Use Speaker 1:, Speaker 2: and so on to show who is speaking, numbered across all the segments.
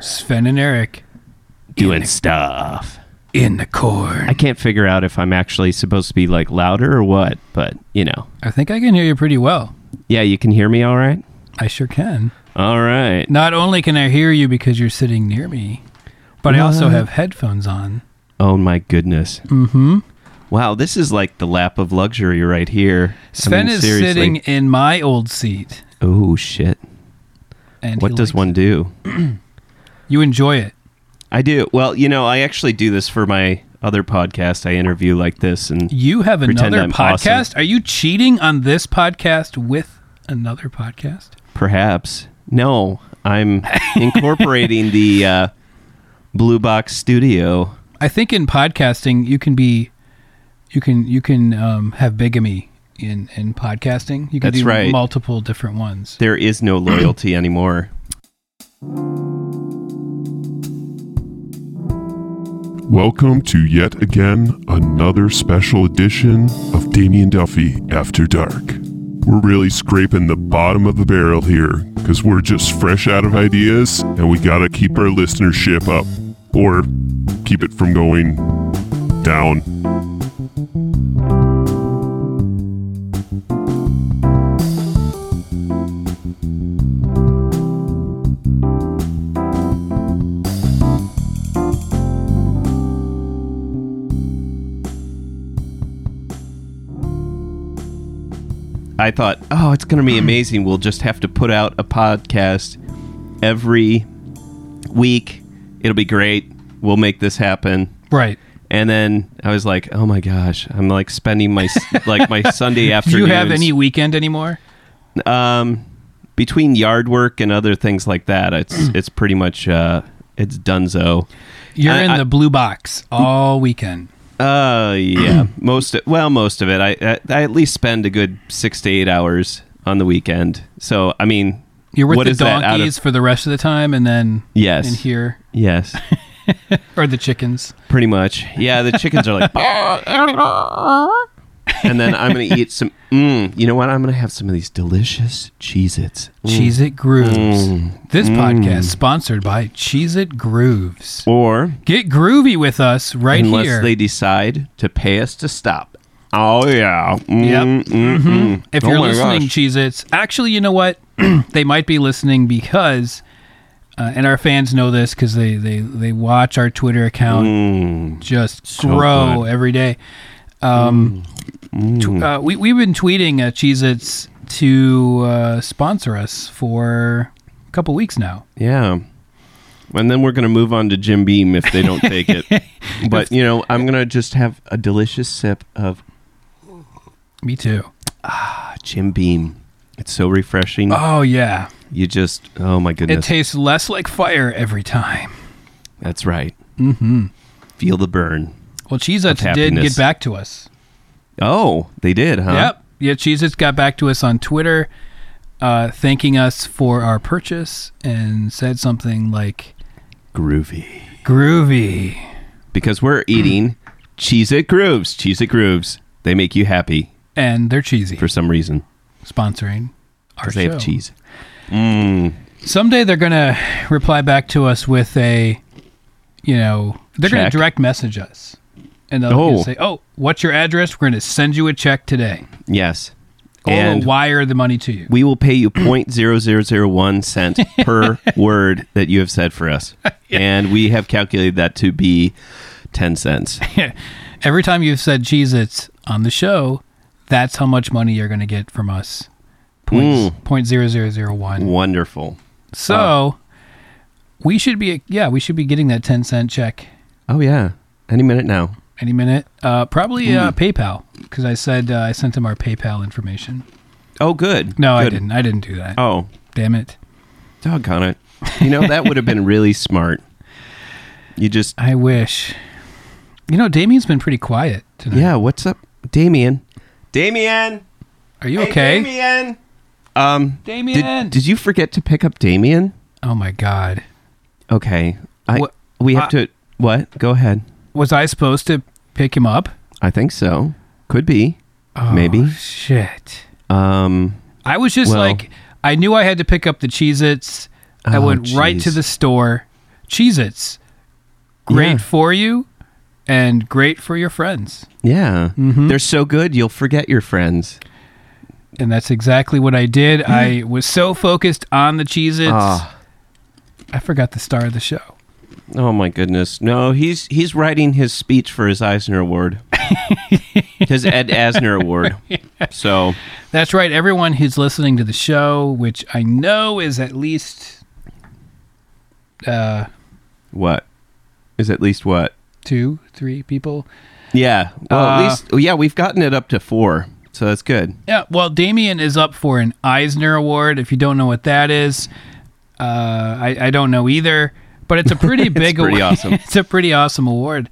Speaker 1: Sven and Eric
Speaker 2: doing stuff.
Speaker 1: in the corn.
Speaker 2: I can't figure out if I'm actually supposed to be like louder or what, but you know.
Speaker 1: I think I can hear you pretty well.
Speaker 2: Yeah, you can hear me all right?
Speaker 1: I sure can.
Speaker 2: All right.
Speaker 1: Not only can I hear you because you're sitting near me, but I also
Speaker 2: What?
Speaker 1: have headphones on.
Speaker 2: Oh my goodness. Mm-hmm. Wow, this is like the lap of luxury right here. I
Speaker 1: Sven
Speaker 2: mean,
Speaker 1: is
Speaker 2: seriously.
Speaker 1: sitting in my old seat.
Speaker 2: Oh shit.
Speaker 1: And
Speaker 2: What
Speaker 1: he
Speaker 2: does
Speaker 1: likes-
Speaker 2: one do?
Speaker 1: You enjoy it.
Speaker 2: I do. Well, you know, I actually do this for my other podcast. I interview like this and
Speaker 1: You have
Speaker 2: Pretend
Speaker 1: another
Speaker 2: I'm
Speaker 1: podcast? Are you cheating on this podcast with another podcast?
Speaker 2: Perhaps. No, I'm incorporating the uh, Blue Box Studio.
Speaker 1: I think in podcasting you can be you can you can um, have bigamy in in podcasting. You can
Speaker 2: That's
Speaker 1: do
Speaker 2: right.
Speaker 1: multiple different ones.
Speaker 2: There is no loyalty anymore.
Speaker 3: Welcome to yet again another special edition of Damien Duffy After Dark. We're really scraping the bottom of the barrel here because we're just fresh out of ideas and we gotta keep our listenership up or keep it from going down.
Speaker 2: I thought, oh, it's going to be amazing. We'll just have to put out a podcast every week. It'll be great. We'll make this happen.
Speaker 1: Right.
Speaker 2: And then I was like, oh my gosh, I'm like spending my s- like my Sunday
Speaker 1: Do
Speaker 2: afternoon.
Speaker 1: you have any weekend anymore?
Speaker 2: um, between yard work and other things like that, it's it's pretty much uh, it's dunzo.
Speaker 1: You're
Speaker 2: I-
Speaker 1: in
Speaker 2: I-
Speaker 1: the blue box all weekend.
Speaker 2: Uh, yeah, most of, well, most of it. I, I I at least spend a good six to eight hours on the weekend. So I mean,
Speaker 1: You're with
Speaker 2: what
Speaker 1: the
Speaker 2: is that out of-
Speaker 1: donkeys for the rest of the time, and then
Speaker 2: Yes.
Speaker 1: in here
Speaker 2: yes,
Speaker 1: or the chickens.
Speaker 2: pretty much. Yeah, the chickens are like, and then I'm gonna eat some. Mm, you know what? I'm gonna have some of these delicious Cheez-Its. Mm.
Speaker 1: Cheese It Grooves. This
Speaker 2: Mm.
Speaker 1: podcast sponsored by Cheese It Grooves.
Speaker 2: Or
Speaker 1: Get groovy with us right
Speaker 2: unless
Speaker 1: here.
Speaker 2: they decide to pay us to stop. Oh yeah.
Speaker 1: Yep. Mm-hmm.
Speaker 2: mm
Speaker 1: if
Speaker 2: Oh
Speaker 1: you're
Speaker 2: my
Speaker 1: listening,
Speaker 2: gosh.
Speaker 1: Cheez Its, actually, you know what? they might be listening because, uh, and our fans know this because they, they, they watch our Twitter account
Speaker 2: Mm.
Speaker 1: just
Speaker 2: So
Speaker 1: grow
Speaker 2: good. Mm.
Speaker 1: every day. Um, tw- uh, we, we've been tweeting uh, Cheez Its to uh, sponsor us for a couple weeks now.
Speaker 2: Yeah. And then we're going to move on to Jim Beam if they don't take it. but, you know, I'm going to just have a delicious sip of
Speaker 1: Me too.
Speaker 2: ah, Jim Beam. It's so refreshing.
Speaker 1: Oh, yeah.
Speaker 2: you just, oh my
Speaker 1: It
Speaker 2: goodness.
Speaker 1: tastes less like fire every time.
Speaker 2: That's right. Mm-hmm. Feel the burn.
Speaker 1: Well, Cheez Its
Speaker 2: Of
Speaker 1: did
Speaker 2: happiness.
Speaker 1: get back to us.
Speaker 2: Oh, they did, huh?
Speaker 1: Yep. Yeah, Cheez Its got back to us on Twitter, uh, thanking us for our purchase and said something like,
Speaker 2: Groovy.
Speaker 1: groovy.
Speaker 2: Because we're eating Cheese It Grooves. Cheese It Grooves. They make you happy
Speaker 1: And they're cheesy
Speaker 2: for some reason
Speaker 1: sponsoring our
Speaker 2: because they
Speaker 1: show.
Speaker 2: have cheese. Mm.
Speaker 1: Someday they're going to reply back to us with a, you know, they're going
Speaker 2: Check.
Speaker 1: to direct message us. And they'll
Speaker 2: Oh.
Speaker 1: say, oh, what's your address? We're going to send you a check today.
Speaker 2: Yes.
Speaker 1: Or
Speaker 2: And-
Speaker 1: we'll wire the money to you.
Speaker 2: we will pay you 0.0001 cent per word that you have said for us. And we have calculated that to be 10 cents.
Speaker 1: Every time you've said Cheez Its on the show, that's how much money you're going to get from us. Points,
Speaker 2: Mm.
Speaker 1: point zero zero zero one.
Speaker 2: Wonderful.
Speaker 1: So we should be, yeah, we should be getting that 10 cent check
Speaker 2: Oh, yeah. Any minute now.
Speaker 1: any minute. Uh, probably
Speaker 2: Mm.
Speaker 1: uh, PayPal because I said uh, I sent him our PayPal information.
Speaker 2: Oh, good.
Speaker 1: No, I
Speaker 2: Good.
Speaker 1: didn't. I didn't do that.
Speaker 2: Oh,
Speaker 1: Damn it.
Speaker 2: doggone it. You know, that would have been really smart. You just,
Speaker 1: I wish. You know, Damien's been pretty quiet tonight.
Speaker 2: yeah, what's up, Damien? Damien!
Speaker 1: Are you
Speaker 2: Hey,
Speaker 1: okay?
Speaker 2: Damien! Um,
Speaker 1: Damien!
Speaker 2: Did, did you forget to pick up Damien?
Speaker 1: Oh my God.
Speaker 2: Okay. I,
Speaker 1: What- Uh,
Speaker 2: we have
Speaker 1: I-
Speaker 2: to, what? Go ahead.
Speaker 1: Was I supposed to pick him up?
Speaker 2: I think so. Could be.
Speaker 1: Oh,
Speaker 2: Maybe.
Speaker 1: Shit.
Speaker 2: Um,
Speaker 1: I was just
Speaker 2: Well-
Speaker 1: like, I knew I had to pick up the Cheez Its. I
Speaker 2: Oh,
Speaker 1: went right
Speaker 2: jeez.
Speaker 1: to the store. Cheez Its. Great
Speaker 2: Yeah.
Speaker 1: for you and great for your friends.
Speaker 2: Yeah.
Speaker 1: Mm-hmm.
Speaker 2: They're so good, you'll forget your friends.
Speaker 1: And that's exactly what I did. I was so focused on the Cheez Its,
Speaker 2: Ah.
Speaker 1: I forgot the star of the show.
Speaker 2: Oh my goodness! No, he's he's writing his speech for his Eisner Award, his Ed Asner Award. So
Speaker 1: That's right. Everyone who's listening to the show, which I know is at least uh,
Speaker 2: what is at least what?
Speaker 1: two, three people.
Speaker 2: Yeah. Well,
Speaker 1: Uh,
Speaker 2: at least oh, yeah, we've gotten it up to four, so that's good.
Speaker 1: Yeah, well, Damien is up for an Eisner Award. If you don't know what that is, uh, I, I don't know either. But it's a pretty big
Speaker 2: pretty
Speaker 1: award.
Speaker 2: awesome.
Speaker 1: it's a pretty awesome award,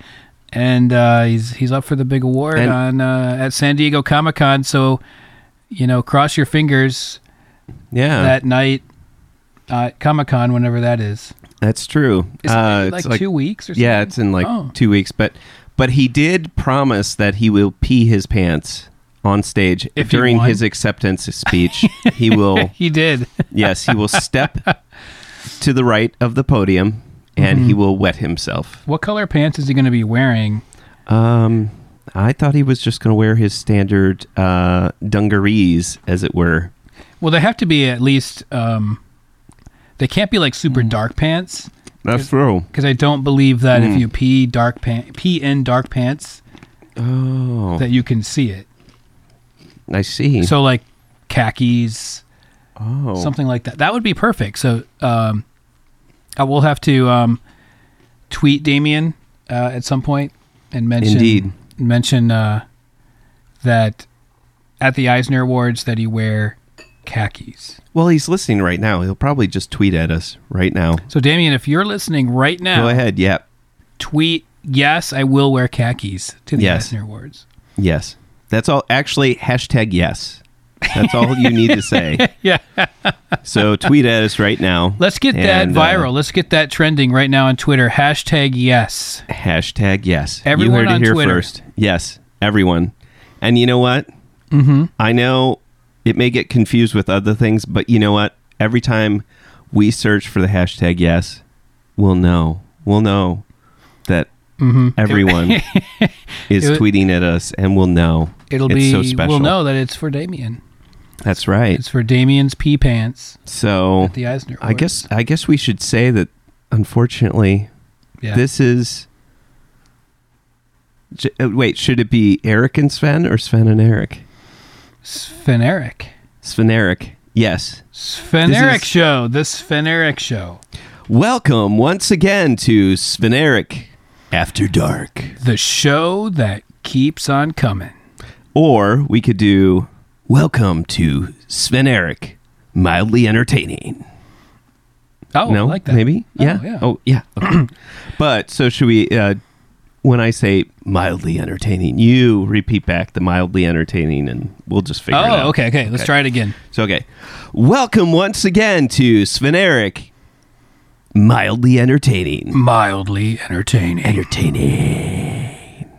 Speaker 1: and uh, he's he's up for the big award
Speaker 2: And-
Speaker 1: on uh, at San Diego Comic Con. So, you know, cross your fingers
Speaker 2: Yeah,
Speaker 1: that night uh, at Comic Con, whenever that is.
Speaker 2: that's true.
Speaker 1: Is it
Speaker 2: Uh,
Speaker 1: like, two weeks or something?
Speaker 2: Yeah, it's in like
Speaker 1: Oh.
Speaker 2: two weeks, but but he did promise that he will pee his pants on stage
Speaker 1: If he
Speaker 2: during
Speaker 1: won?
Speaker 2: his acceptance speech. he will.
Speaker 1: He did.
Speaker 2: Yes, he will step to the right of the podium and he will wet himself.
Speaker 1: What color pants is he going to be wearing?
Speaker 2: Um, I thought he was just going to wear his standard uh, dungarees, as it were.
Speaker 1: Well, they have to be at least. Um, they can't be like super dark pants.
Speaker 2: That's true.
Speaker 1: because I don't believe that if you pee dark pant pee in dark pants
Speaker 2: Oh,
Speaker 1: that you can see it.
Speaker 2: I see.
Speaker 1: So like khakis,
Speaker 2: oh,
Speaker 1: something like that. That would be perfect. So um, I will have to um, tweet Damien uh, at some point and mention
Speaker 2: Indeed.
Speaker 1: mention uh, that at the Eisner Awards that you wear khakis.
Speaker 2: well, he's listening right now. He'll probably just tweet at us right now.
Speaker 1: So Damien, if you're listening right now,
Speaker 2: Go ahead. Yeah.
Speaker 1: tweet yes, I will wear khakis to the
Speaker 2: Yes.
Speaker 1: Eisner Awards.
Speaker 2: Yes. That's all. Actually, hashtag yes. That's all you need to say.
Speaker 1: Yeah.
Speaker 2: So tweet at us right now.
Speaker 1: Let's get
Speaker 2: And,
Speaker 1: that
Speaker 2: uh,
Speaker 1: viral. Let's get that trending right now on Twitter. Hashtag yes.
Speaker 2: Hashtag yes.
Speaker 1: Everyone
Speaker 2: you heard
Speaker 1: on
Speaker 2: it here
Speaker 1: Twitter.
Speaker 2: first. Yes, everyone. And you know what? Mm-hmm. I know it may get confused with other things, but you know what? Every time we search for the hashtag yes, we'll know. We'll know that everyone is
Speaker 1: Mm-hmm. it-
Speaker 2: tweeting at us, and we'll know.
Speaker 1: It'll
Speaker 2: it's
Speaker 1: be
Speaker 2: so special.
Speaker 1: we'll know that it's for Damien.
Speaker 2: That's right.
Speaker 1: It's for Damien's pee pants
Speaker 2: So
Speaker 1: at the Eisner.
Speaker 2: I
Speaker 1: Awards.
Speaker 2: guess I guess we should say that. Unfortunately,
Speaker 1: yeah.
Speaker 2: This is. J- uh, Wait, should it be Eric and Sven or Sven and Eric?
Speaker 1: Spheneric.
Speaker 2: Sven Eric. Yes.
Speaker 1: Spheneric
Speaker 2: is-
Speaker 1: show. The Spheneric show.
Speaker 2: Welcome once again to Sven Eric After Dark.
Speaker 1: The show that keeps on coming.
Speaker 2: Or we could do Welcome to Sven Eric Mildly Entertaining.
Speaker 1: Oh,
Speaker 2: no,
Speaker 1: I like that.
Speaker 2: maybe.
Speaker 1: Oh,
Speaker 2: yeah.
Speaker 1: yeah.
Speaker 2: Oh, yeah. Okay. but so should we? Uh, when I say mildly entertaining, you repeat back the mildly entertaining, and we'll just figure it out.
Speaker 1: Oh, okay, okay. Let's
Speaker 2: Okay.
Speaker 1: try it again.
Speaker 2: So, okay. Welcome once again to Sven Eric. Mildly entertaining.
Speaker 1: Mildly entertaining.
Speaker 2: Entertaining.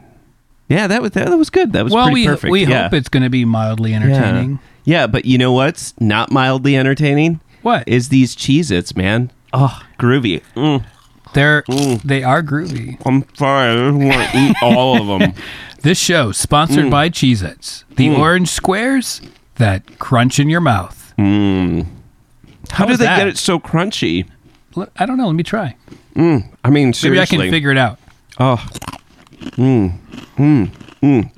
Speaker 2: Yeah, that was that was good. That was
Speaker 1: well,
Speaker 2: pretty
Speaker 1: we
Speaker 2: perfect.
Speaker 1: we
Speaker 2: yeah.
Speaker 1: hope it's going to be mildly
Speaker 2: Yeah.
Speaker 1: entertaining.
Speaker 2: Yeah. but you know what's not mildly entertaining?
Speaker 1: What?
Speaker 2: Is these Cheez Its, man. Oh, groovy. Mm,
Speaker 1: They're they are groovy.
Speaker 2: I'm sorry. I just want to eat all of them.
Speaker 1: This show sponsored
Speaker 2: Mm.
Speaker 1: by Cheez Its, the orange squares that crunch in your mouth.
Speaker 2: Mm. How do
Speaker 1: was
Speaker 2: they
Speaker 1: that?
Speaker 2: get it so crunchy?
Speaker 1: L- I don't know. Let me try.
Speaker 2: I mean,
Speaker 1: Maybe
Speaker 2: seriously.
Speaker 1: I can figure it out.
Speaker 2: Oh. Mm. Mm. Mm.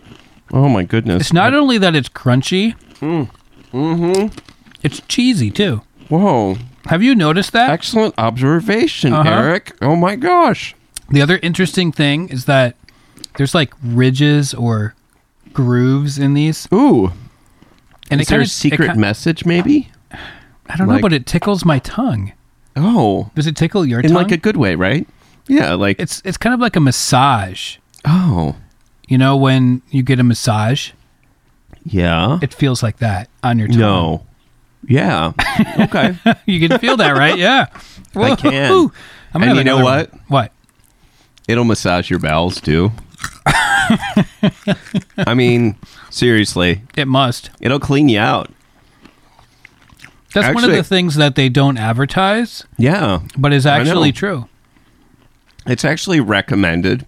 Speaker 2: Oh, my goodness.
Speaker 1: It's not only that it's crunchy, mm. mm-hmm.
Speaker 2: Hmm. Mm-hmm.
Speaker 1: it's cheesy too.
Speaker 2: Whoa.
Speaker 1: Have you noticed that?
Speaker 2: Excellent observation,
Speaker 1: Uh-huh.
Speaker 2: Eric. Oh my gosh.
Speaker 1: the other interesting thing is that there's like ridges or grooves in these,
Speaker 2: Ooh.
Speaker 1: and
Speaker 2: Is there a
Speaker 1: kinda-
Speaker 2: secret
Speaker 1: ki-
Speaker 2: message maybe?
Speaker 1: I don't know,
Speaker 2: like-
Speaker 1: but it tickles my tongue.
Speaker 2: Oh.
Speaker 1: Does it tickle your
Speaker 2: In
Speaker 1: tongue?
Speaker 2: like a good way, right? Yeah, like
Speaker 1: it's it's kind of like a massage.
Speaker 2: oh.
Speaker 1: You know when you get a massage,
Speaker 2: Yeah.
Speaker 1: it feels like that on your tongue.
Speaker 2: no. Yeah. Okay.
Speaker 1: You can feel that, right? Yeah.
Speaker 2: I can.
Speaker 1: Woo-hoo. I'm gonna
Speaker 2: And
Speaker 1: have
Speaker 2: you know
Speaker 1: another one.
Speaker 2: what?
Speaker 1: What?
Speaker 2: It'll massage your bowels too. I mean, seriously,
Speaker 1: It must.
Speaker 2: it'll clean you out.
Speaker 1: That's one of
Speaker 2: Actually-
Speaker 1: the things that they don't advertise,
Speaker 2: Yeah.
Speaker 1: but is
Speaker 2: I know.
Speaker 1: actually true.
Speaker 2: It's actually recommended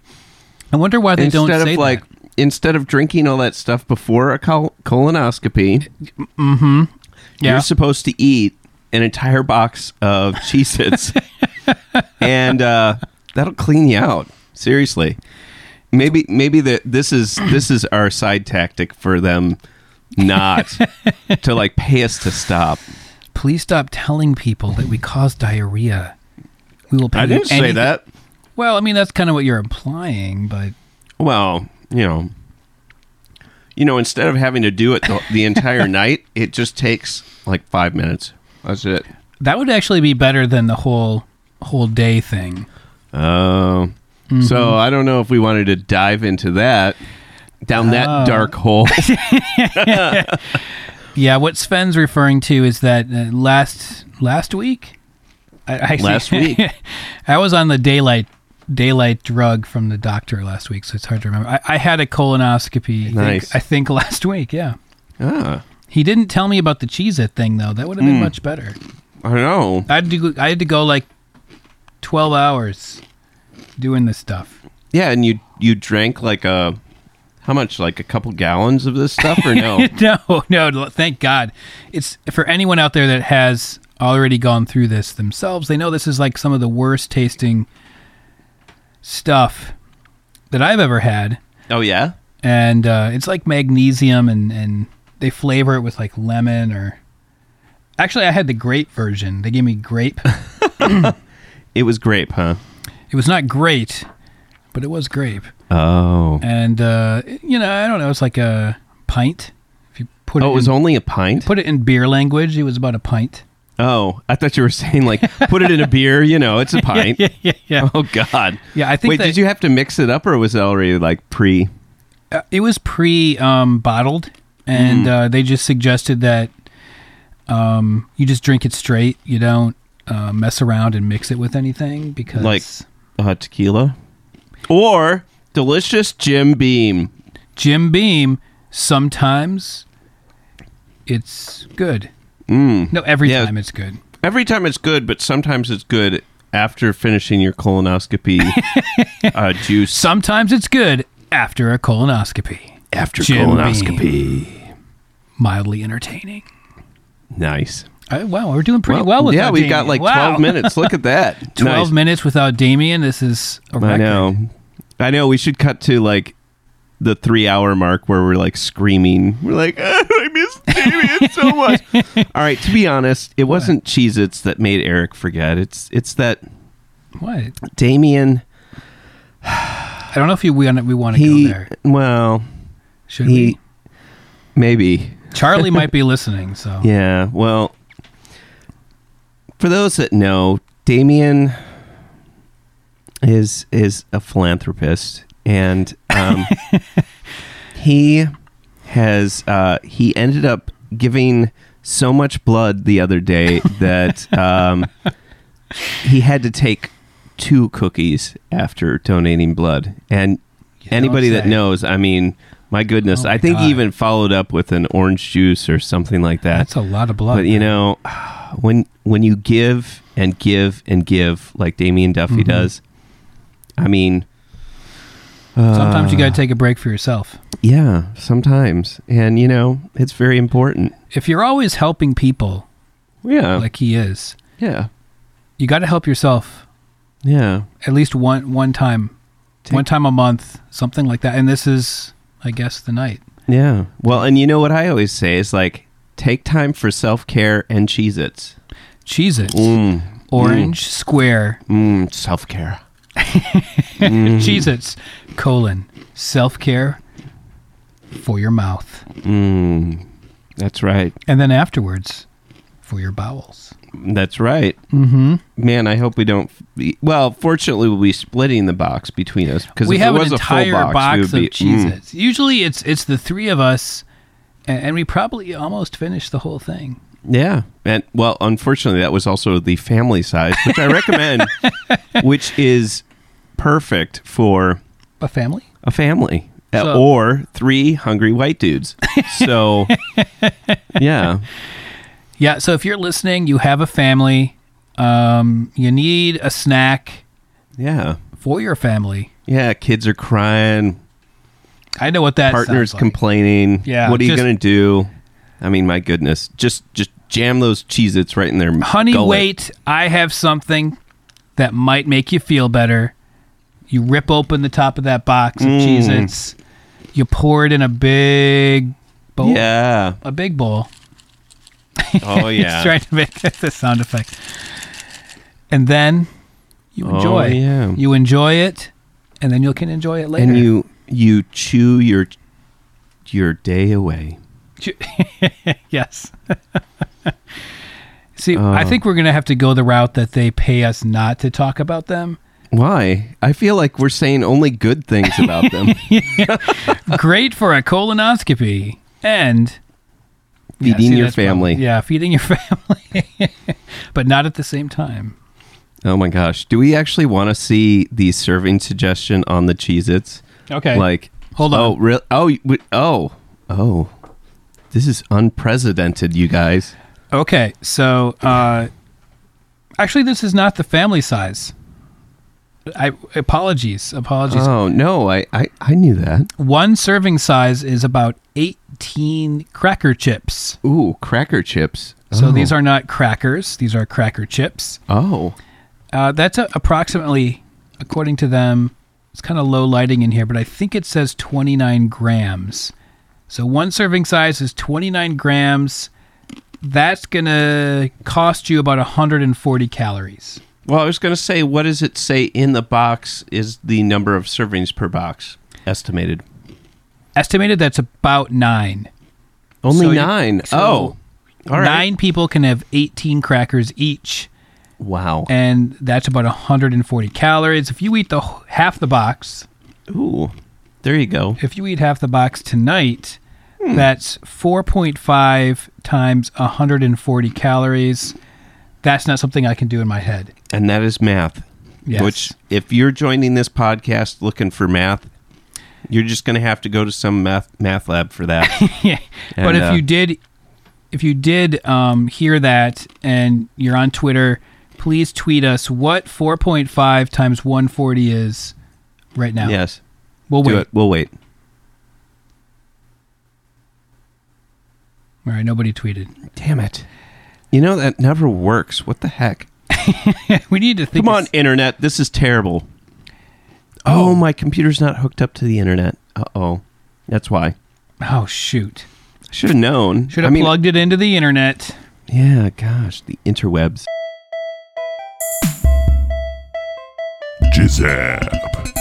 Speaker 1: I wonder why they
Speaker 2: instead
Speaker 1: don't
Speaker 2: of
Speaker 1: say
Speaker 2: like
Speaker 1: that.
Speaker 2: instead of drinking all that stuff before a col- colonoscopy.
Speaker 1: mm-hmm. Yeah.
Speaker 2: You're supposed to eat an entire box of Cheez Its. and uh, that'll clean you out. Seriously. Maybe maybe that this is this is our side tactic for them not to like pay us to stop.
Speaker 1: Please stop telling people that we cause diarrhea. We will. Pay
Speaker 2: I
Speaker 1: you
Speaker 2: didn't say
Speaker 1: anything-
Speaker 2: that.
Speaker 1: Well, I mean that's kind of what you're implying, but
Speaker 2: Well, you know, you know, instead of having to do it the, the entire night, it just takes like five minutes. That's it.
Speaker 1: that would actually be better than the whole whole day thing.
Speaker 2: Oh. So I don't know if we wanted to dive into that down that dark hole.
Speaker 1: Yeah, what Sven's referring to is that uh, last last week, I, I
Speaker 2: Last week.
Speaker 1: I was on the daylight daylight drug from the doctor last week, so it's hard to remember. I, I had a colonoscopy. I think-
Speaker 2: Nice.
Speaker 1: I think last week. Yeah,
Speaker 2: ah, Hmm.
Speaker 1: he didn't tell me about the cheese it thing though. That would have been much better.
Speaker 2: I know.
Speaker 1: I had to go- I had to go like twelve hours doing this stuff.
Speaker 2: Yeah, and you you drank like a how much like a couple gallons of this stuff or no?
Speaker 1: No, no, thank God. It's for anyone out there that has already gone through this themselves. They know this is like some of the worst tasting stuff that I've ever had,
Speaker 2: oh yeah.
Speaker 1: and uh, it's like magnesium, and and they flavor it with like lemon or. Actually, I had the grape version. They gave me grape.
Speaker 2: It was grape, huh?
Speaker 1: it was not great, but it was grape.
Speaker 2: Oh.
Speaker 1: And uh, you know, I don't know. It's like a pint. If you put
Speaker 2: Oh,
Speaker 1: it
Speaker 2: it was
Speaker 1: in,
Speaker 2: only a pint?
Speaker 1: put it in beer language, it was about a pint.
Speaker 2: Oh, I thought you were saying like put it in a beer, you know, it's a pint.
Speaker 1: yeah, yeah, yeah.
Speaker 2: Oh god.
Speaker 1: Yeah, I think
Speaker 2: Wait,
Speaker 1: that-
Speaker 2: did you have to mix it up or was it already like pre
Speaker 1: Uh, it was pre um, bottled,
Speaker 2: Mm.
Speaker 1: and uh, they just suggested that um, you just drink it straight. You don't uh, mess around and mix it with anything because
Speaker 2: Like- uh, tequila? Or delicious Jim Beam.
Speaker 1: Jim Beam sometimes it's good. No, every
Speaker 2: Mm. Yeah.
Speaker 1: time it's good.
Speaker 2: Every time it's good, but sometimes it's good after finishing your colonoscopy uh, juice.
Speaker 1: Sometimes it's good after a colonoscopy.
Speaker 2: After
Speaker 1: Jim
Speaker 2: colonoscopy.
Speaker 1: Mildly entertaining.
Speaker 2: Nice.
Speaker 1: Uh, wow, we're doing pretty well, with
Speaker 2: yeah,
Speaker 1: that,
Speaker 2: we've
Speaker 1: Damien.
Speaker 2: got like
Speaker 1: Wow.
Speaker 2: 12 minutes. Look at that.
Speaker 1: 12
Speaker 2: Nice.
Speaker 1: minutes without Damien. This is a record.
Speaker 2: I know. I know. We should cut to like the three hour mark where we're like screaming. We're like, "Ah, I miss Damien so much. All right. To be honest, it wasn't Cheez Its that made Eric forget. It's, it's that
Speaker 1: What?
Speaker 2: Damien.
Speaker 1: I don't know if you, we, we want to
Speaker 2: He,
Speaker 1: go there.
Speaker 2: well,
Speaker 1: Should
Speaker 2: he,
Speaker 1: we?
Speaker 2: maybe.
Speaker 1: Charlie might be listening, so
Speaker 2: Yeah, well, for those that know, Damien is is a philanthropist, and um, he has uh, he ended up giving so much blood the other day that um, he had to take two cookies after donating blood, and anybody that
Speaker 1: say.
Speaker 2: knows, I mean. My goodness,
Speaker 1: Oh my
Speaker 2: I think he
Speaker 1: God.
Speaker 2: even followed up with an orange juice or something like that.
Speaker 1: that's a lot of blood.
Speaker 2: But you know, when when you give and give and give like Damien
Speaker 1: Mm-hmm.
Speaker 2: Duffy does, I mean, uh,
Speaker 1: Sometimes you got to take a break for yourself.
Speaker 2: yeah, sometimes, and you know, it's very important.
Speaker 1: If you're always helping people
Speaker 2: Yeah,
Speaker 1: like he is,
Speaker 2: yeah,
Speaker 1: you got to help yourself
Speaker 2: yeah.
Speaker 1: at least one one time,
Speaker 2: Take-
Speaker 1: one time a month, something like that. And this is, I guess, the night.
Speaker 2: Yeah. Well, and you know what I always say is like take time for self care and Cheez Its.
Speaker 1: Cheez Its,
Speaker 2: Mm-hmm.
Speaker 1: orange square,
Speaker 2: Mm, self care. Mm-hmm.
Speaker 1: Cheez Its colon self care for your mouth,
Speaker 2: Mm, that's right.
Speaker 1: and then afterwards for your bowels.
Speaker 2: That's right. Mm-hmm. Man, I hope we don't. Be, well, fortunately, we'll be splitting the box between us because
Speaker 1: we
Speaker 2: if
Speaker 1: have
Speaker 2: it
Speaker 1: an
Speaker 2: was a full
Speaker 1: entire
Speaker 2: box, we
Speaker 1: box,
Speaker 2: would
Speaker 1: of
Speaker 2: be, mm.
Speaker 1: Cheez-Its. Usually it's it's the three of us and, and we probably almost finish the whole thing.
Speaker 2: Yeah. And well, unfortunately, that was also the family size, which I recommend, which is perfect for
Speaker 1: A family?
Speaker 2: a family uh,
Speaker 1: So-
Speaker 2: or three hungry white dudes. So, yeah.
Speaker 1: Yeah, so if you're listening, you have a family, um, you need a snack
Speaker 2: Yeah.
Speaker 1: for your family.
Speaker 2: Yeah, kids are crying,
Speaker 1: I know what that
Speaker 2: partners
Speaker 1: sounds like.
Speaker 2: complaining.
Speaker 1: Yeah,
Speaker 2: what are you
Speaker 1: just-
Speaker 2: gonna do? I mean, my goodness, just just jam those Cheez-Its right in their
Speaker 1: Honey,
Speaker 2: gullet.
Speaker 1: wait, I have something that might make you feel better. You rip open the top of that box
Speaker 2: Mm.
Speaker 1: of Cheez Its, you pour it in a big bowl.
Speaker 2: Yeah.
Speaker 1: A big bowl.
Speaker 2: Oh yeah.
Speaker 1: He's trying to make that the sound effect. And then you
Speaker 2: Oh,
Speaker 1: enjoy.
Speaker 2: yeah.
Speaker 1: You enjoy it, and then you can enjoy it later.
Speaker 2: and you you chew your your day away.
Speaker 1: yes. See,
Speaker 2: Oh.
Speaker 1: I think we're going to have to go the route that they pay us not to talk about them.
Speaker 2: Why? I feel like we're saying only good things about them.
Speaker 1: Great for a colonoscopy and Yeah,
Speaker 2: Feeding
Speaker 1: see,
Speaker 2: your
Speaker 1: that's prob-
Speaker 2: family.
Speaker 1: yeah, feeding your family, but not at the same time.
Speaker 2: Oh my gosh. Do we actually want to see the serving suggestion on the Cheez Its?
Speaker 1: Okay.
Speaker 2: Like,
Speaker 1: Hold on.
Speaker 2: Oh, real? Oh, you- wait, oh, oh. This is unprecedented, you guys.
Speaker 1: Okay, so uh, actually, this is not the family size. I apologies, apologies.
Speaker 2: Oh, no. I, I, I knew that.
Speaker 1: One serving size is about eighteen cracker chips.
Speaker 2: Ooh, cracker chips.
Speaker 1: So
Speaker 2: oh.
Speaker 1: these are not crackers; these are cracker chips.
Speaker 2: Oh.
Speaker 1: Uh, that's a, approximately, according to them, it's kind of low lighting in here, but I think it says 29 grams. So one serving size is 29 grams. That's going to cost you about 140 calories.
Speaker 2: Well, I was going to say, what does it say in the box is the number of servings per box estimated?
Speaker 1: Estimated that's about nine.
Speaker 2: Only
Speaker 1: So you-
Speaker 2: nine.
Speaker 1: so
Speaker 2: oh. All right.
Speaker 1: Nine people can have 18 crackers each,
Speaker 2: Wow.
Speaker 1: and that's about 140 calories. If you eat the wh- half the box,
Speaker 2: Ooh. There you go.
Speaker 1: if you eat half the box tonight,
Speaker 2: Hmm.
Speaker 1: that's 4.5 times 140 calories. That's not something I can do in my head.
Speaker 2: And that is math.
Speaker 1: Yes.
Speaker 2: Which, if you're joining this podcast looking for math, you're just going to have to go to some math math lab for that.
Speaker 1: but
Speaker 2: And,
Speaker 1: if
Speaker 2: uh,
Speaker 1: you did, if you did um, hear that and you're on Twitter, please tweet us what 4.5 times 140 is right now.
Speaker 2: yes.
Speaker 1: we'll
Speaker 2: Do
Speaker 1: wait.
Speaker 2: it. We'll wait.
Speaker 1: All right, nobody tweeted.
Speaker 2: Damn it. You know, that never works. What the heck?
Speaker 1: we need to think.
Speaker 2: Come on,
Speaker 1: of-
Speaker 2: internet. This is terrible. Oh, my computer's not hooked up to the internet. Uh oh. That's why.
Speaker 1: Oh shoot!
Speaker 2: I should have known.
Speaker 1: Should
Speaker 2: I
Speaker 1: have
Speaker 2: mean,
Speaker 1: plugged it into the internet.
Speaker 2: Yeah, gosh. The interwebs.
Speaker 3: Jizab.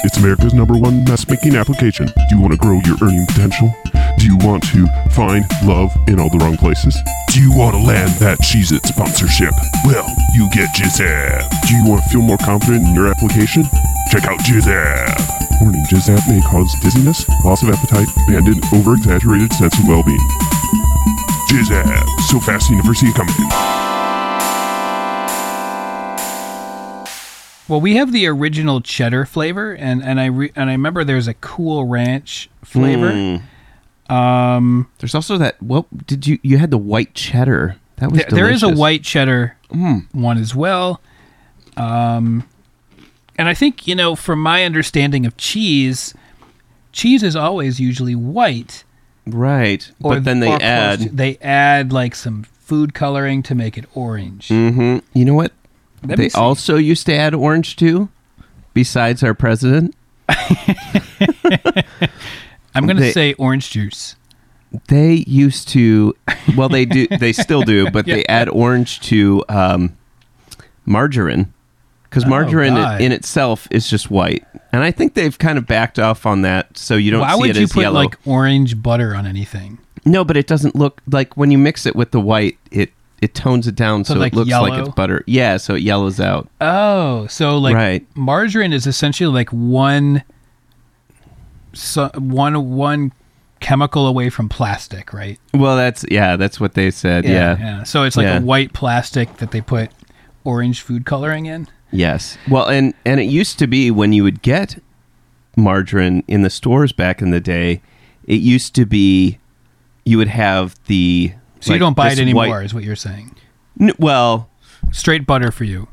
Speaker 3: It's America's number one mess making application. Do you want to grow your earning potential? Do you want to find love in all the wrong places? Do you want to land that Cheez It sponsorship? Well, you get Jizab. Do you want to feel more confident in your application? Check out Jizab. Warning Jizab may cause dizziness, loss of appetite, and an over exaggerated sense of well being. Jizab. So fast you never see it coming.
Speaker 1: Well, we have the original cheddar flavor, and and I re- and I remember there's a Cool Ranch flavor.
Speaker 2: Mm.
Speaker 1: Um,
Speaker 2: There's also that. What did you? You had the white cheddar. That was
Speaker 1: th- there is a
Speaker 2: delicious.
Speaker 1: white cheddar
Speaker 2: Mm.
Speaker 1: one as well. Um, and I think you know, from my understanding of cheese, cheese is always usually white.
Speaker 2: Right. but then they
Speaker 1: or close
Speaker 2: add.
Speaker 1: to- they add like some food coloring to make it orange.
Speaker 2: hmm You know what?
Speaker 1: Let me
Speaker 2: they
Speaker 1: see.
Speaker 2: also used to add orange too, besides our president.
Speaker 1: I'm gonna
Speaker 2: they-
Speaker 1: say orange juice.
Speaker 2: They used to, well, they do, they still do, but they add orange to um, margarine because margarine
Speaker 1: Oh, God.
Speaker 2: in itself is just white, and I think they've kind of backed off on that, so you don't
Speaker 1: Why
Speaker 2: see
Speaker 1: would
Speaker 2: it
Speaker 1: you
Speaker 2: as
Speaker 1: put
Speaker 2: yellow.
Speaker 1: like orange butter on anything?
Speaker 2: no, but it doesn't look like when you mix it with the white, it it tones it down, so,
Speaker 1: like,
Speaker 2: it looks like
Speaker 1: yellow?
Speaker 2: it's butter. Yeah, so it yellows out.
Speaker 1: Oh, so like
Speaker 2: Right.
Speaker 1: margarine is essentially like one, so, one one chemical away from plastic, right?
Speaker 2: Well, that's yeah, that's what they said. Yeah.
Speaker 1: So it's like
Speaker 2: Yeah.
Speaker 1: a white plastic that they put orange food coloring in.
Speaker 2: Yes. Well, and and it used to be when you would get margarine in the stores back in the day, it used to be you would have the
Speaker 1: So you
Speaker 2: like,
Speaker 1: don't buy it
Speaker 2: this
Speaker 1: anymore,
Speaker 2: white-
Speaker 1: is what you're saying?
Speaker 2: N- well,
Speaker 1: Straight butter for you.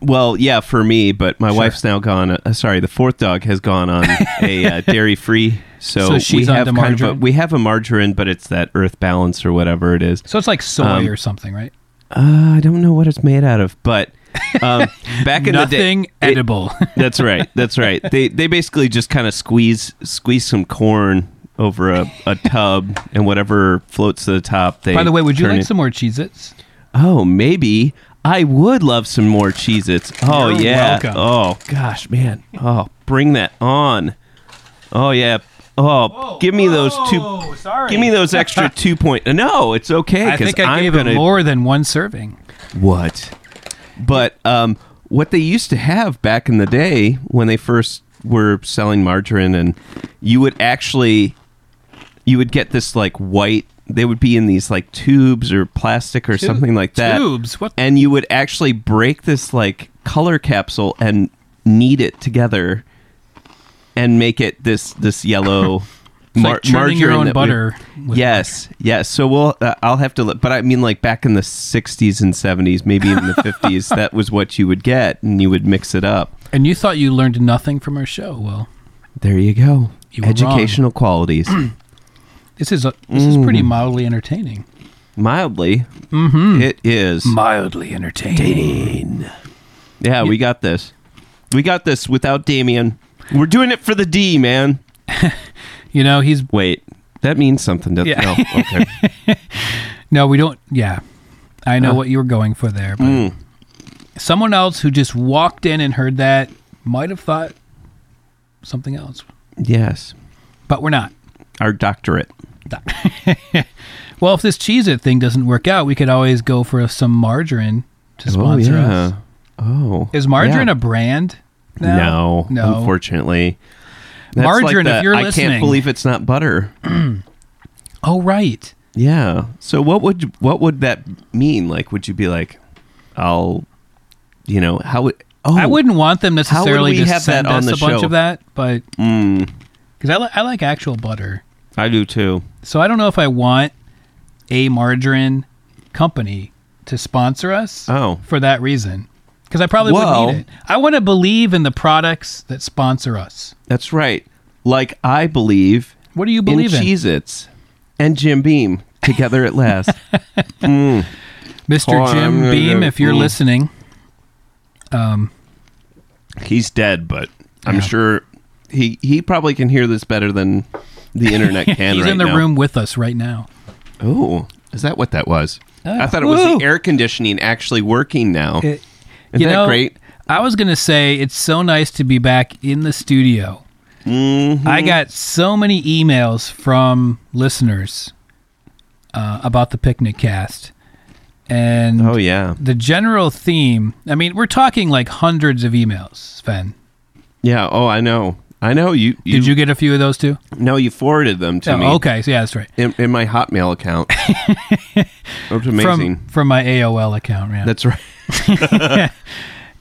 Speaker 2: Well, yeah, for me, but my wife's now gone. Uh, sorry, the fourth dog has gone on a uh, dairy free. So,
Speaker 1: So she's
Speaker 2: we
Speaker 1: on
Speaker 2: have
Speaker 1: to
Speaker 2: kind of a,
Speaker 1: margarine?
Speaker 2: we have a margarine, but it's that Earth Balance or whatever it is.
Speaker 1: So it's like soy
Speaker 2: Um,
Speaker 1: or something, right?
Speaker 2: Uh, I don't know what it's made out of, but um, back in
Speaker 1: Nothing
Speaker 2: the day, it-
Speaker 1: edible.
Speaker 2: that's right. That's right. They they basically just kind of squeeze squeeze some corn over a, a tub and whatever floats to the top. They
Speaker 1: By the way, would you
Speaker 2: turn
Speaker 1: like
Speaker 2: it-
Speaker 1: some more Cheez Its?
Speaker 2: Oh, maybe I would love some more Cheez Its. Oh,
Speaker 1: You're
Speaker 2: yeah.
Speaker 1: welcome.
Speaker 2: Oh, gosh, man. Oh, bring that on. Oh, yeah. Oh, give me those two.
Speaker 1: Sorry.
Speaker 2: Give me those extra two point. No, it's okay.
Speaker 1: I
Speaker 2: 'cause
Speaker 1: think I
Speaker 2: I'm
Speaker 1: gave
Speaker 2: gonna,
Speaker 1: it more than one serving.
Speaker 2: What? But um, what they used to have back in the day when they first were selling margarine, and you would actually, you would get this like white. They would be in these like tubes or plastic or something like that
Speaker 1: Tubes. What?
Speaker 2: and you would actually break this like color capsule and knead it together and make it this this yellow
Speaker 1: It's like churning your own
Speaker 2: that we-
Speaker 1: butter. with-
Speaker 2: yes, yes. So we'll uh, I'll have to look, but I mean like back in the 60s and 70s, maybe even the 50s, that was what you would get and you would mix it up.
Speaker 1: And you thought you learned nothing from our show. Well,
Speaker 2: There you go.
Speaker 1: You were wrong.
Speaker 2: Educational qualities.
Speaker 1: this is a, this is
Speaker 2: Mm.
Speaker 1: pretty mildly entertaining.
Speaker 2: Mildly. Mm-hmm. is.
Speaker 1: Mildly entertaining.
Speaker 2: Yeah, we got this. We got this without Damien. We're doing it for the D, man.
Speaker 1: You know, he's
Speaker 2: Wait, that means something, doesn't
Speaker 1: Yeah.
Speaker 2: it? No, okay.
Speaker 1: No, we don't. Yeah, I
Speaker 2: Uh.
Speaker 1: know what you were going for there. But
Speaker 2: Mm.
Speaker 1: Someone else who just walked in and heard that might have thought something else,
Speaker 2: yes,
Speaker 1: but we're not.
Speaker 2: our doctorate.
Speaker 1: Well, if this Cheez It thing doesn't work out, we could always go for some margarine to sponsor us.
Speaker 2: Oh,
Speaker 1: Is margarine
Speaker 2: yeah.
Speaker 1: a brand?
Speaker 2: no?
Speaker 1: now? No.
Speaker 2: unfortunately. That's like
Speaker 1: Margarine, if
Speaker 2: the,
Speaker 1: you're
Speaker 2: I
Speaker 1: listening."
Speaker 2: can't believe it's not butter.
Speaker 1: oh, right.
Speaker 2: Yeah. So what would what would that mean? Like, would you be like, I'll, you know, how would? Oh,
Speaker 1: I wouldn't want them
Speaker 2: we
Speaker 1: necessarily to
Speaker 2: have
Speaker 1: send
Speaker 2: that on
Speaker 1: us
Speaker 2: the
Speaker 1: a bunch
Speaker 2: show?
Speaker 1: of that, but
Speaker 2: Mm,
Speaker 1: because I, li- I like actual butter.
Speaker 2: I do too.
Speaker 1: So I don't know if I want a margarine company to sponsor us
Speaker 2: Oh.
Speaker 1: for that reason. Because I probably
Speaker 2: Well-
Speaker 1: wouldn't need it. I want to believe in the products that sponsor us.
Speaker 2: That's right. Like I believe
Speaker 1: What do you believe in?
Speaker 2: in Cheez-Its and Jim Beam together at last.
Speaker 1: Mr.
Speaker 2: Hold on, I'm
Speaker 1: Jim
Speaker 2: gonna
Speaker 1: Beam,
Speaker 2: go-
Speaker 1: if you're
Speaker 2: Mm.
Speaker 1: listening.
Speaker 2: he's dead, but I'm
Speaker 1: Yeah.
Speaker 2: sure he he probably can hear this better than the internet can.
Speaker 1: He's
Speaker 2: right
Speaker 1: in the
Speaker 2: now.
Speaker 1: room with us right now.
Speaker 2: Oh, is that what that was?
Speaker 1: Yeah.
Speaker 2: I thought it was
Speaker 1: Oh. Woo.
Speaker 2: the air conditioning actually working now. Isn't
Speaker 1: It- you
Speaker 2: that
Speaker 1: know,
Speaker 2: great?
Speaker 1: I was going to say it's so nice to be back in the studio.
Speaker 2: Mm-hmm.
Speaker 1: I got so many emails from listeners uh, about the picnic cast. And
Speaker 2: Oh yeah,
Speaker 1: the general theme i mean we're talking like hundreds of emails sven
Speaker 2: yeah. Oh, I know, I know. You, you
Speaker 1: did you get a few of those too
Speaker 2: No, you forwarded them to
Speaker 1: Oh,
Speaker 2: me.
Speaker 1: okay so yeah that's right
Speaker 2: In, in my Hotmail account. That's amazing.
Speaker 1: from from my aol account yeah.
Speaker 2: That's right.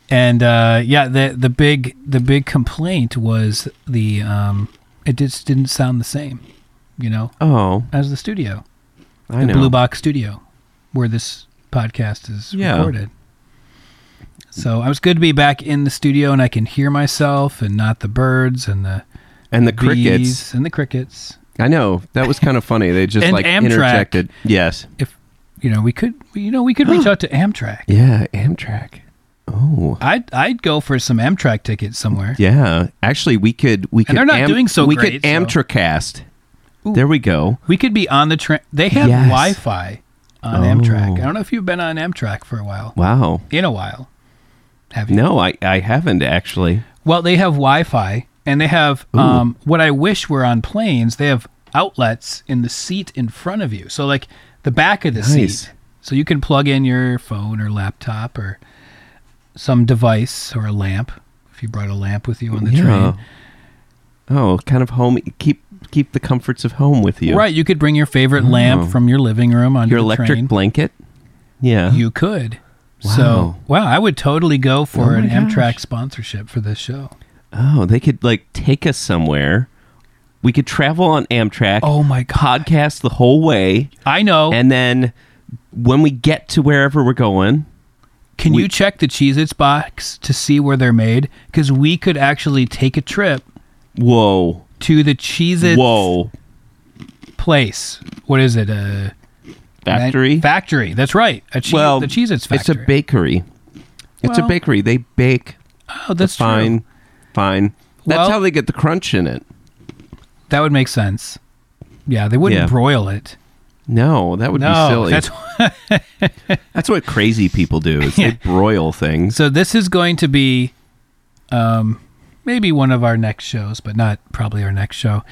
Speaker 1: and uh yeah the the big the big complaint was the um it just didn't sound the same you know
Speaker 2: Oh,
Speaker 1: as the studio
Speaker 2: I
Speaker 1: the
Speaker 2: know.
Speaker 1: blue box studio where this podcast is
Speaker 2: Yeah.
Speaker 1: recorded so i was good to be back in the studio and i can hear myself and not the birds and the
Speaker 2: and the crickets.
Speaker 1: bees and the crickets
Speaker 2: I know that was kind of funny. They just
Speaker 1: And
Speaker 2: like
Speaker 1: Amtrak.
Speaker 2: interjected. Yes.
Speaker 1: if you know we could you know we could reach out to Amtrak.
Speaker 2: Yeah, Amtrak. Oh.
Speaker 1: I'd I'd go for some Amtrak tickets somewhere.
Speaker 2: Yeah, actually, we could we could
Speaker 1: they're not doing so
Speaker 2: we
Speaker 1: great,
Speaker 2: could
Speaker 1: so-
Speaker 2: Amtrakast.
Speaker 1: Ooh.
Speaker 2: There we go.
Speaker 1: We could be on the train. They have
Speaker 2: Yes.
Speaker 1: Wi-Fi on
Speaker 2: Oh.
Speaker 1: Amtrak. I don't know if you've been on Amtrak for a while.
Speaker 2: Wow.
Speaker 1: In a while, have you?
Speaker 2: No, I I haven't actually.
Speaker 1: Well, they have Wi-Fi, and they have um, what I wish were on planes. They have outlets in the seat in front of you, so like the back of the
Speaker 2: Nice.
Speaker 1: seat, so you can plug in your phone or laptop or some device or a lamp if you brought a lamp with you on the train.
Speaker 2: Oh, kind of home. Keep keep the comforts of home with you.
Speaker 1: Right, you could bring your favorite
Speaker 2: Oh.
Speaker 1: lamp from your living room onto
Speaker 2: Your
Speaker 1: the
Speaker 2: electric
Speaker 1: train.
Speaker 2: blanket. Yeah.
Speaker 1: You could.
Speaker 2: Wow.
Speaker 1: So, wow, I would totally go for
Speaker 2: Oh
Speaker 1: an
Speaker 2: my
Speaker 1: Amtrak
Speaker 2: gosh.
Speaker 1: sponsorship for this show.
Speaker 2: oh, they could like take us somewhere. We could travel on Amtrak.
Speaker 1: Oh my god. Oh.
Speaker 2: Podcast the whole way,
Speaker 1: I know.
Speaker 2: and then when we get to wherever we're going,
Speaker 1: Can
Speaker 2: We-
Speaker 1: you check the Cheez Its box to see where they're made? Because we could actually take a trip
Speaker 2: Whoa.
Speaker 1: to the Cheez Its
Speaker 2: Whoa.
Speaker 1: place. What is it? A
Speaker 2: Factory?
Speaker 1: Factory. That's right. A cheese,
Speaker 2: well,
Speaker 1: the Cheez Its factory.
Speaker 2: It's a bakery. It's a
Speaker 1: Well,
Speaker 2: bakery. They bake
Speaker 1: Oh, that's true.
Speaker 2: fine, fine. That's
Speaker 1: Well-
Speaker 2: how they get the crunch in it.
Speaker 1: That would make sense. Yeah, they wouldn't
Speaker 2: Yeah.
Speaker 1: broil it.
Speaker 2: No, that would
Speaker 1: No,
Speaker 2: be silly.
Speaker 1: that's
Speaker 2: That's, what crazy people do. Is
Speaker 1: Yeah.
Speaker 2: They broil things.
Speaker 1: so. This is going to be, um, maybe one of our next shows, but not probably our next show.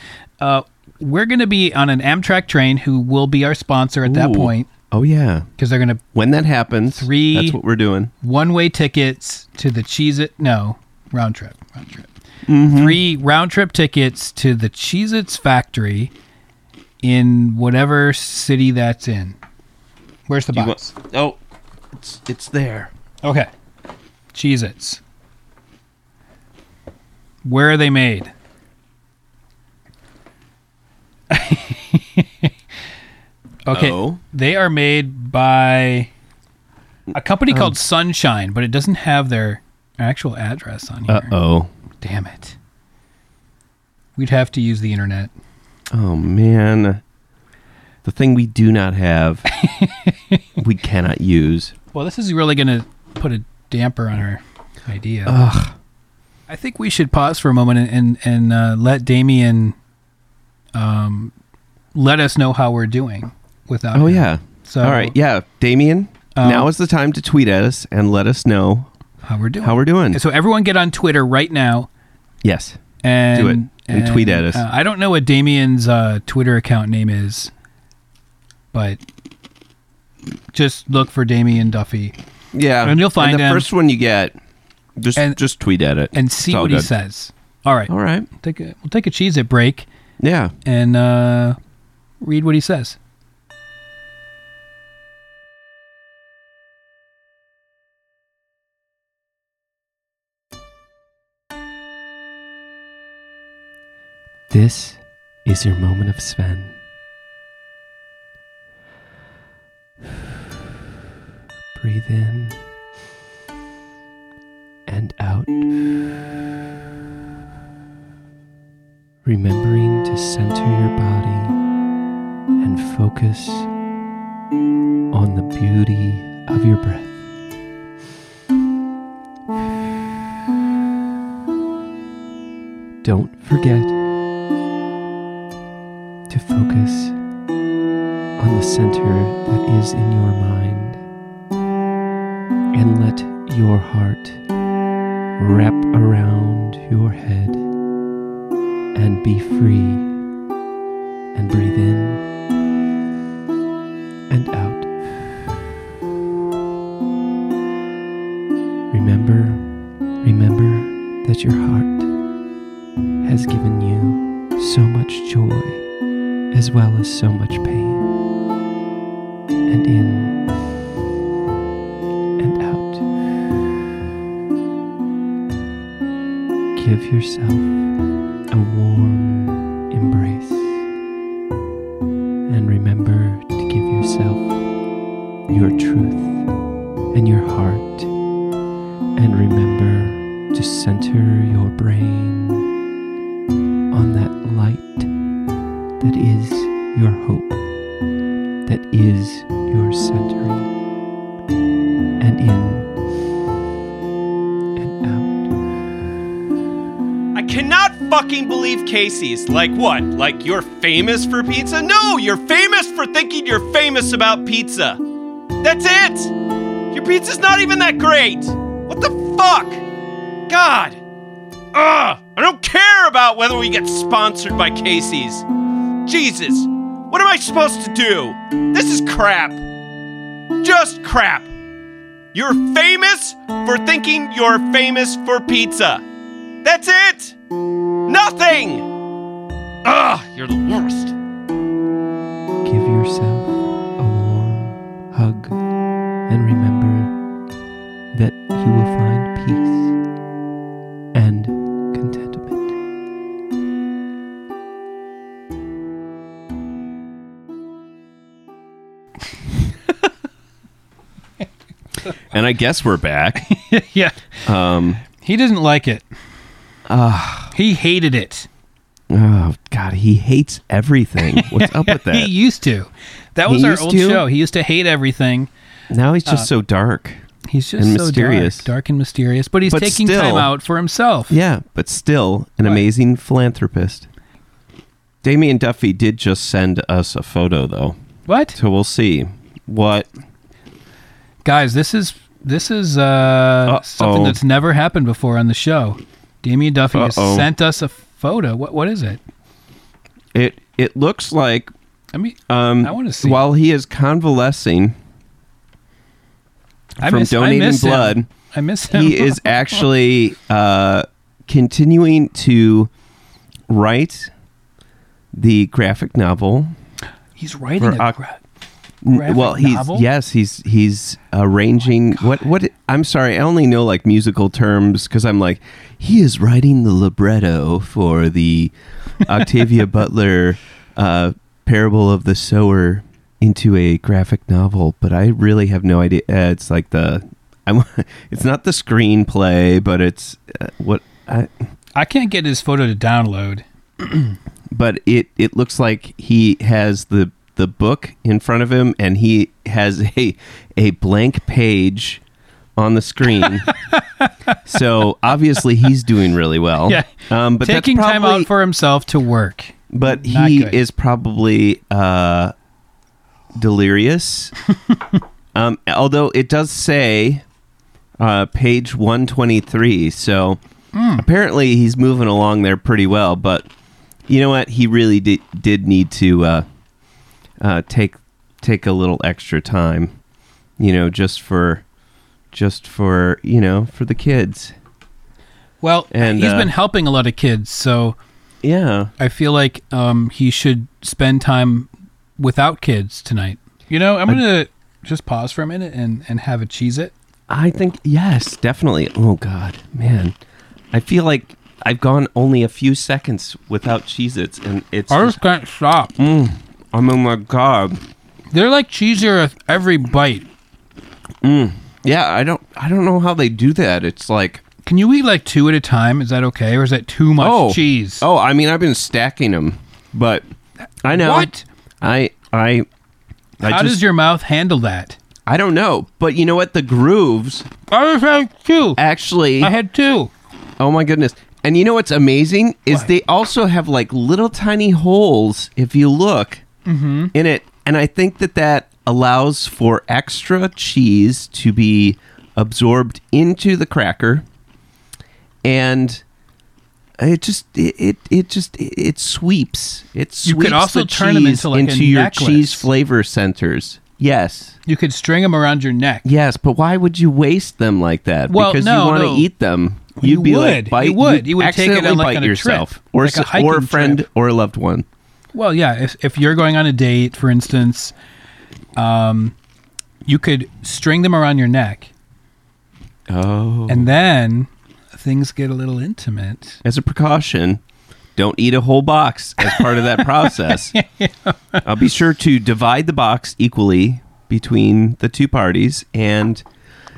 Speaker 1: Uh, we're going to be on an Amtrak train, who will be our sponsor at that
Speaker 2: Ooh.
Speaker 1: point,
Speaker 2: Oh yeah.
Speaker 1: because they're going to
Speaker 2: When that happens,
Speaker 1: Three-
Speaker 2: that's what we're doing.
Speaker 1: one way tickets to the Cheez It. No, round trip. Round trip.
Speaker 2: Mm-hmm.
Speaker 1: Three round trip tickets to the Cheez Its factory in whatever city that's in. Where's the
Speaker 2: You
Speaker 1: box?
Speaker 2: want- oh, it's it's there.
Speaker 1: okay. Cheez Its. Where are they made? okay.
Speaker 2: Oh.
Speaker 1: They are made by a company called Sunshine, but it doesn't have their actual address on here.
Speaker 2: Uh oh.
Speaker 1: Damn it. We'd have to use the internet.
Speaker 2: Oh man. The thing we do not have, we cannot use.
Speaker 1: Well, this is really going to put a damper on our idea. I think we should pause for a moment and and, and uh, let Damien um, let us know how we're doing without.
Speaker 2: Oh
Speaker 1: him.
Speaker 2: yeah.
Speaker 1: So
Speaker 2: All right. Yeah, Damien.
Speaker 1: Um,
Speaker 2: now is the time to tweet at us and let us know
Speaker 1: how we're doing.
Speaker 2: how we're doing.
Speaker 1: so everyone get on Twitter right now
Speaker 2: Yes.
Speaker 1: and
Speaker 2: Do it. And tweet at us.
Speaker 1: uh, I don't know what Damien's uh, Twitter account name is, but just look for Damien Duffy
Speaker 2: Yeah.
Speaker 1: And you'll find
Speaker 2: the
Speaker 1: him.
Speaker 2: first one you get. Just
Speaker 1: And-
Speaker 2: just tweet at it
Speaker 1: and see
Speaker 2: It's all
Speaker 1: what he
Speaker 2: good. Oh.
Speaker 1: says. All right,
Speaker 2: All right.
Speaker 1: take a, we'll take a cheese at break
Speaker 2: Yeah.
Speaker 1: and uh, read what he says.
Speaker 2: This is your moment of Sven. Breathe in and out. Remembering to center your body and focus on the beauty of your breath. Don't forget to focus on the center that is in your mind and let your heart wrap around your head and be free and breathe in and out. Remember, remember that your heart has given you so much joy as well as so much pain. And in and out. Give yourself a warm embrace. And remember to give yourself your truth and your heart. And remember to center your brain on that light that is your hope, that is your centering, and in and out.
Speaker 4: I cannot fucking believe Casey's. Like what? Like you're famous for pizza? No, you're famous for thinking you're famous about pizza. That's it! Your pizza's not even that great! What the fuck? God! Ugh! I don't care about whether we get sponsored by Casey's. Jesus! What am I supposed to do? This is crap! Just crap! You're famous for thinking you're famous for pizza! That's it! Nothing! Ugh, you're the worst.
Speaker 5: Give yourself a warm hug and remember that you will find peace and contentment.
Speaker 2: and I guess we're back. Um,
Speaker 1: yeah. he didn't like it. he hated it.
Speaker 2: Oh God, he hates everything. What's up with
Speaker 1: He
Speaker 2: that?
Speaker 1: used to. That
Speaker 2: He
Speaker 1: was our
Speaker 2: used
Speaker 1: old
Speaker 2: to?
Speaker 1: show. He used to hate everything.
Speaker 2: Now he's just so dark.
Speaker 1: He's just
Speaker 2: And
Speaker 1: so
Speaker 2: mysterious.
Speaker 1: dark, dark and mysterious. But he's
Speaker 2: But
Speaker 1: taking
Speaker 2: still-
Speaker 1: time out for himself.
Speaker 2: Yeah, but still an
Speaker 1: Right.
Speaker 2: amazing philanthropist. Damien Duffy did just send us a photo though.
Speaker 1: What,
Speaker 2: So we'll see what
Speaker 1: guys? This is this is uh,
Speaker 2: Uh-oh.
Speaker 1: something that's never happened before on the show. Damien Duffy just
Speaker 2: Uh-oh.
Speaker 1: sent us a photo. What what is it?
Speaker 2: it it looks like
Speaker 1: I mean,
Speaker 2: um
Speaker 1: I wanna see.
Speaker 2: while he is convalescing
Speaker 1: I
Speaker 2: from
Speaker 1: miss,
Speaker 2: donating
Speaker 1: I miss him.
Speaker 2: blood.
Speaker 1: I miss him.
Speaker 2: he is actually uh, continuing to write the graphic novel.
Speaker 1: He's writing
Speaker 2: Or, uh,
Speaker 1: a gra-
Speaker 2: N-
Speaker 1: Graphic
Speaker 2: well, he's
Speaker 1: novel? Oh
Speaker 2: yes, he's he's arranging what what I'm sorry, I only know like musical terms because I'm like he is writing the libretto for the Octavia Butler uh, Parable of the Sower into a graphic novel, but I really have no idea. Uh, it's like the I'm it's not the screenplay, but it's uh, what I
Speaker 1: I can't get his photo to download.
Speaker 2: but it it looks like he has the the book in front of him and he has a a blank page on the screen. so obviously he's doing really well.
Speaker 1: Yeah.
Speaker 2: Um, but
Speaker 1: taking
Speaker 2: that's
Speaker 1: time
Speaker 2: probably-
Speaker 1: out for himself to work.
Speaker 2: but
Speaker 1: Not
Speaker 2: he
Speaker 1: good.
Speaker 2: is probably uh, delirious. um, although it does say uh, page 123. So
Speaker 1: Hmm.
Speaker 2: apparently he's moving along there pretty well. But you know what? He really did, did need to uh, uh, take take a little extra time, you know, just for just for, you know, for the kids.
Speaker 1: Well,
Speaker 2: And,
Speaker 1: he's
Speaker 2: uh,
Speaker 1: been helping a lot of kids, so
Speaker 2: Yeah.
Speaker 1: I feel like um, he should spend time without kids tonight. You know, I'm gonna just pause for a minute and and have a cheese it.
Speaker 2: I think yes, definitely. Oh god, man. I feel like I've gone only a few seconds without Cheez-Its and it's
Speaker 1: I
Speaker 2: just,
Speaker 1: just can't stop.
Speaker 2: I mean my god.
Speaker 1: They're like cheesier with every bite.
Speaker 2: Yeah, I don't I don't know how they do that. It's like
Speaker 1: Can you eat like two at a time? Is that okay, or is that too much
Speaker 2: oh
Speaker 1: cheese?
Speaker 2: Oh, I mean I've been stacking them, but I know
Speaker 1: What?
Speaker 2: I I
Speaker 1: How
Speaker 2: I just
Speaker 1: does your mouth handle that?
Speaker 2: I don't know, but you know what? The grooves
Speaker 1: I just had two.
Speaker 2: actually
Speaker 1: I had two.
Speaker 2: Oh my goodness. And you know what's amazing is they also have like little tiny holes if you look
Speaker 1: Mm-hmm.
Speaker 2: in it. And I think that that allows for extra cheese to be absorbed into the cracker. And it just it it, it just it, it sweeps. It sweeps
Speaker 1: You could also
Speaker 2: the
Speaker 1: turn 'em
Speaker 2: cheese
Speaker 1: into, like, a
Speaker 2: your
Speaker 1: necklace.
Speaker 2: cheese flavor centers. Yes.
Speaker 1: You could string them around your neck.
Speaker 2: Yes, but why would you waste them like that?
Speaker 1: Well,
Speaker 2: because
Speaker 1: no,
Speaker 2: you want to
Speaker 1: no.
Speaker 2: eat them.
Speaker 1: You
Speaker 2: You'd be
Speaker 1: would.
Speaker 2: like bite.
Speaker 1: You would. You would take it on,
Speaker 2: accidentally
Speaker 1: like,
Speaker 2: bite
Speaker 1: on a trip,
Speaker 2: yourself, or
Speaker 1: like a
Speaker 2: s- or a
Speaker 1: hiking
Speaker 2: friend,
Speaker 1: trip.
Speaker 2: or a loved one.
Speaker 1: Well, yeah. If if you're going on a date, for instance, um, you could string them around your neck,
Speaker 2: Oh,
Speaker 1: and then things get a little intimate.
Speaker 2: as a precaution, don't eat a whole box as part of that process. I'll be sure to divide the box equally between the two parties, and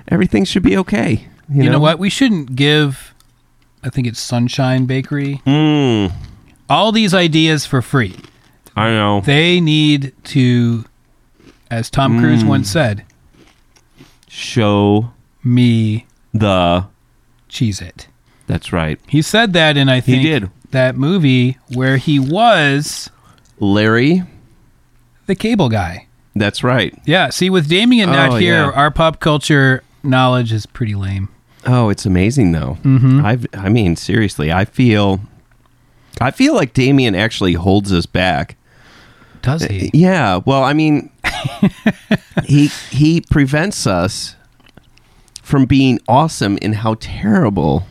Speaker 2: everything should be okay. You,
Speaker 1: You, know? what? We shouldn't give. I think it's Sunshine Bakery.
Speaker 2: Mm,
Speaker 1: All these ideas for free.
Speaker 2: I know.
Speaker 1: They need to, as Tom Cruise once said,
Speaker 2: Show
Speaker 1: "Me
Speaker 2: the.
Speaker 1: cheese it."
Speaker 2: That's right,
Speaker 1: He said that, and I
Speaker 2: He
Speaker 1: think
Speaker 2: did.
Speaker 1: that movie where he was
Speaker 2: Larry.
Speaker 1: the cable guy.
Speaker 2: That's right.
Speaker 1: Yeah, see, with Damien
Speaker 2: Oh,
Speaker 1: not here,
Speaker 2: yeah.
Speaker 1: our pop culture knowledge is pretty lame.
Speaker 2: Oh, it's amazing though. Mm-hmm. I've, I mean, seriously, I feel, I feel like Damien actually holds us back. Uh,
Speaker 1: Does he?
Speaker 2: Yeah. Well, I mean, he he prevents us from being awesome in how terrible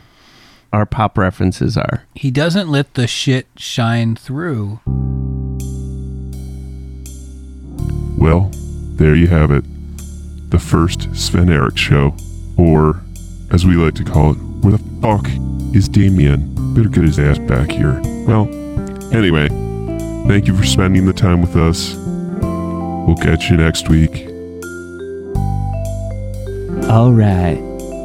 Speaker 2: our pop references are.
Speaker 1: He doesn't let the shit shine through.
Speaker 3: Well, there you have it. The first Sven Eric show, or as we like to call it, where the fuck is Damien? Better get his ass back here. Well, anyway, thank you for spending the time with us. We'll catch you next week.
Speaker 5: All right,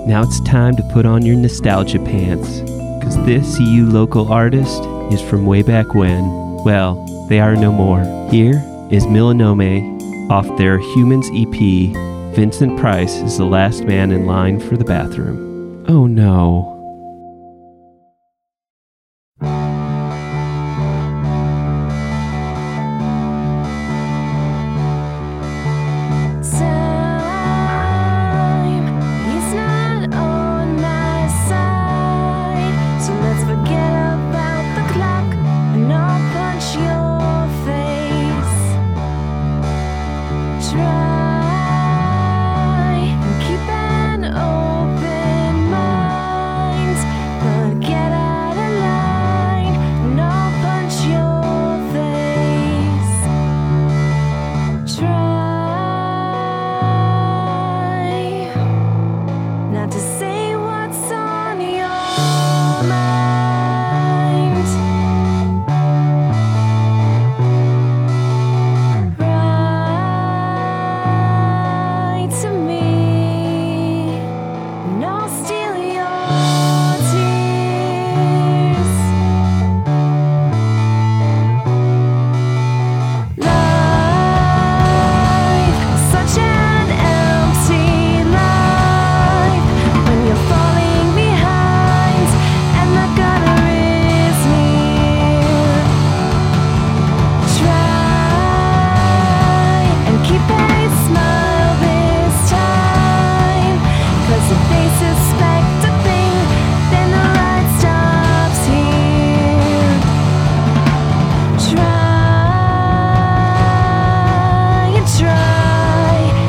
Speaker 5: now it's time to put on your nostalgia pants. Because this CU local artist is from way back when. Well, they are no more. Here is Milanome off their Humans EP. Vincent Price is the last man in line for the bathroom. Oh no.
Speaker 6: Time is not on my side, so let's forget about the clock and I'll punch your face. Try and keep an open mind, but get out of line and I'll punch your face. Try not to say what's on your mind. Write to me, and I'll steal your tears. Such an empty life when you're falling behind, and the gutter is near. Try and keep a smile this time, 'cause if they suspect a thing, then the ride stops here. Try and try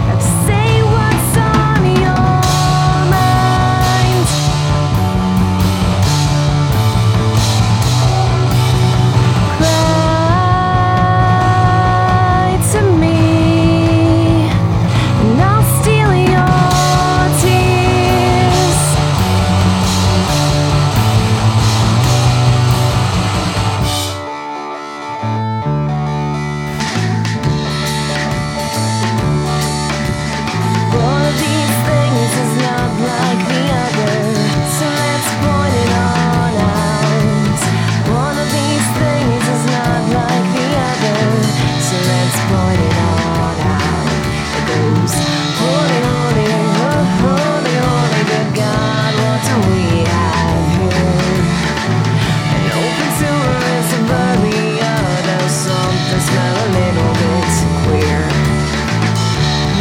Speaker 6: not to say what's on your mind. Cry to me, and I'll steal your tears. One of these things is not like the other, so let's point it all out. One of these things is not like the other, so let's point it all out. It goes, holy, holy, oh, holy, holy, good God, what do we have here? An open sewer is above the other, something smell a little bit queer.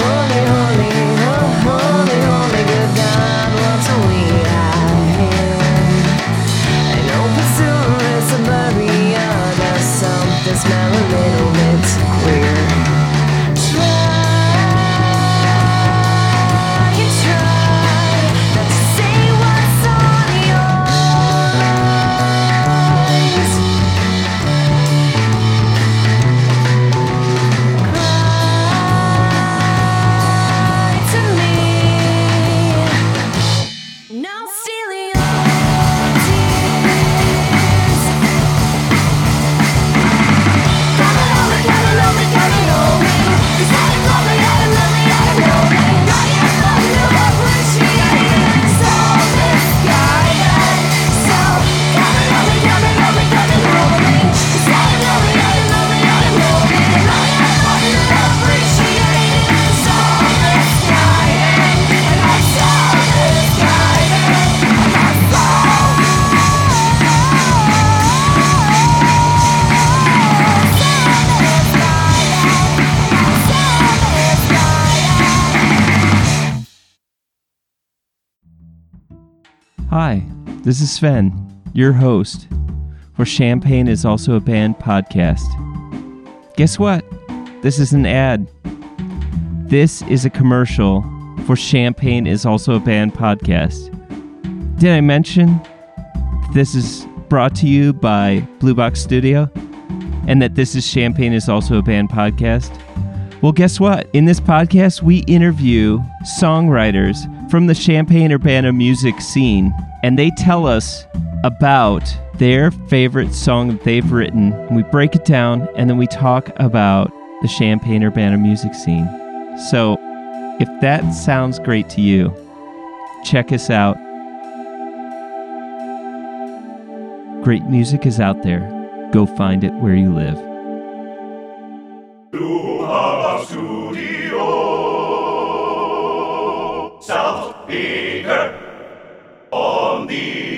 Speaker 6: Holy, holy, oh, holy, holy, good God, what do we have here? An open sewer is a barrier, there's something smell a little bit queer. Try, you try, not to say what's on your mind. to me. No stealing tears.
Speaker 5: Hi, this is Sven, your host, for Champagne is also a band podcast. Guess what? This is an ad. This is a commercial for Champagne is also a band podcast. Did I mention this is brought to you by Blue Box Studio and that this is Champagne is also a band podcast? Well, guess what? In this podcast, we interview songwriters from the Champaign Urbana music scene, and they tell us about their favorite song that they've written. We break it down, and then we talk about the Champaign Urbana music scene. So, if that sounds great to you,
Speaker 2: check us out. Great music is out there. Go find it where you live.
Speaker 4: South Beaker on the